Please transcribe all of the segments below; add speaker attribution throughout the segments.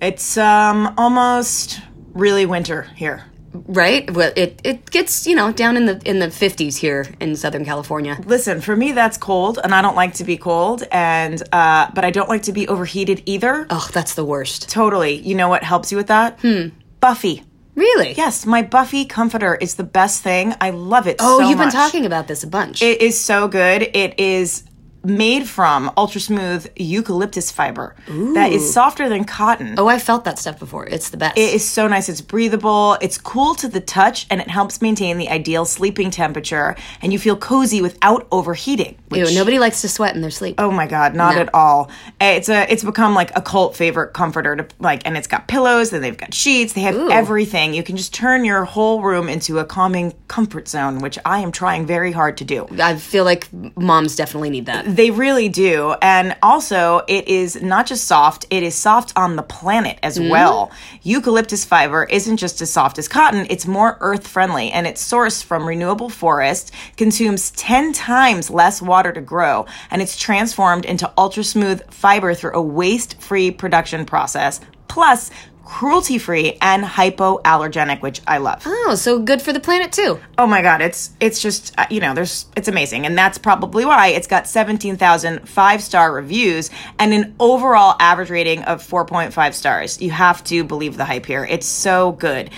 Speaker 1: It's um almost really winter here.
Speaker 2: right? Well, it it gets you know down in the in the fifties here in Southern California.
Speaker 1: Listen, for me that's cold and I don't like to be cold and uh but I don't like to be overheated either.
Speaker 2: Oh, that's the worst.
Speaker 1: Totally. You know what helps you with that? Hmm. Buffy.
Speaker 2: Really?
Speaker 1: Yes, my Buffy comforter is the best thing. I love it
Speaker 2: Oh,
Speaker 1: so
Speaker 2: you've been
Speaker 1: much.
Speaker 2: talking about this a bunch.
Speaker 1: It is so good. It is made from ultra smooth eucalyptus fiber that is softer than cotton.
Speaker 2: oh, I felt that stuff before. It's the best.
Speaker 1: It is so nice. It's breathable, it's cool to the touch, and it helps maintain the ideal sleeping temperature. And you feel cozy without overheating.
Speaker 2: Ew, nobody likes to sweat in their sleep.
Speaker 1: Oh my god, not at all. Eh, It's a it's become like a cult favorite comforter to like and it's got pillows, then they've got sheets, they have everything. You can just turn your whole room into a calming comfort zone, which I am trying very hard to do.
Speaker 2: I feel like moms definitely need that.
Speaker 1: They really do. And also, it is not just soft, it is soft on the planet as well. Eucalyptus fiber isn't just as soft as cotton, it's more earth friendly and it's sourced from renewable forests, consumes 10 times less water to grow, and it's transformed into ultra smooth fiber through a waste free production process. Plus, cruelty free and hypoallergenic which i love
Speaker 2: Oh, so good for the planet too.
Speaker 1: Oh my god, it's it's just uh, you know, there's it's amazing and that's probably why it's got 17,000 five-star reviews and an overall average rating of 4.5 stars. You have to believe the hype here. It's so good.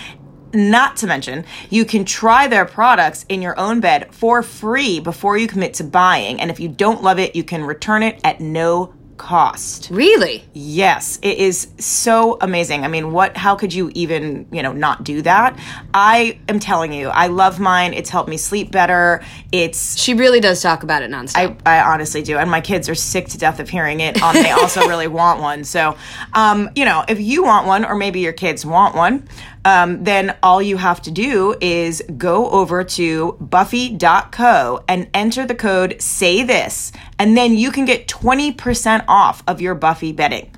Speaker 1: Not to mention, you can try their products in your own bed for free before you commit to buying and if you don't love it, you can return it at no cost.
Speaker 2: Really?
Speaker 1: Yes, it is so amazing. I mean, what how could you even, you know, not do that? I am telling you, I love mine. It's helped me sleep better. It's
Speaker 2: She really does talk about it nonstop.
Speaker 1: I, I honestly do. And my kids are sick to death of hearing it. Um, they also really want one. So, um, you know, if you want one, or maybe your kids want one, um, then all you have to do is go over to buffy.co and enter the code say this. And then you can get 20% off of your Buffy bedding.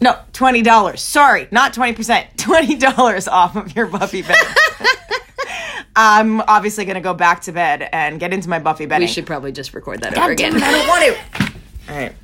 Speaker 1: No, twenty dollars. Sorry, not twenty percent. Twenty dollars off of your Buffy bed. I'm obviously gonna go back to bed and get into my Buffy bedding.
Speaker 2: we should probably just record that over
Speaker 1: God damn it,
Speaker 2: again.
Speaker 1: I don't want to. All right.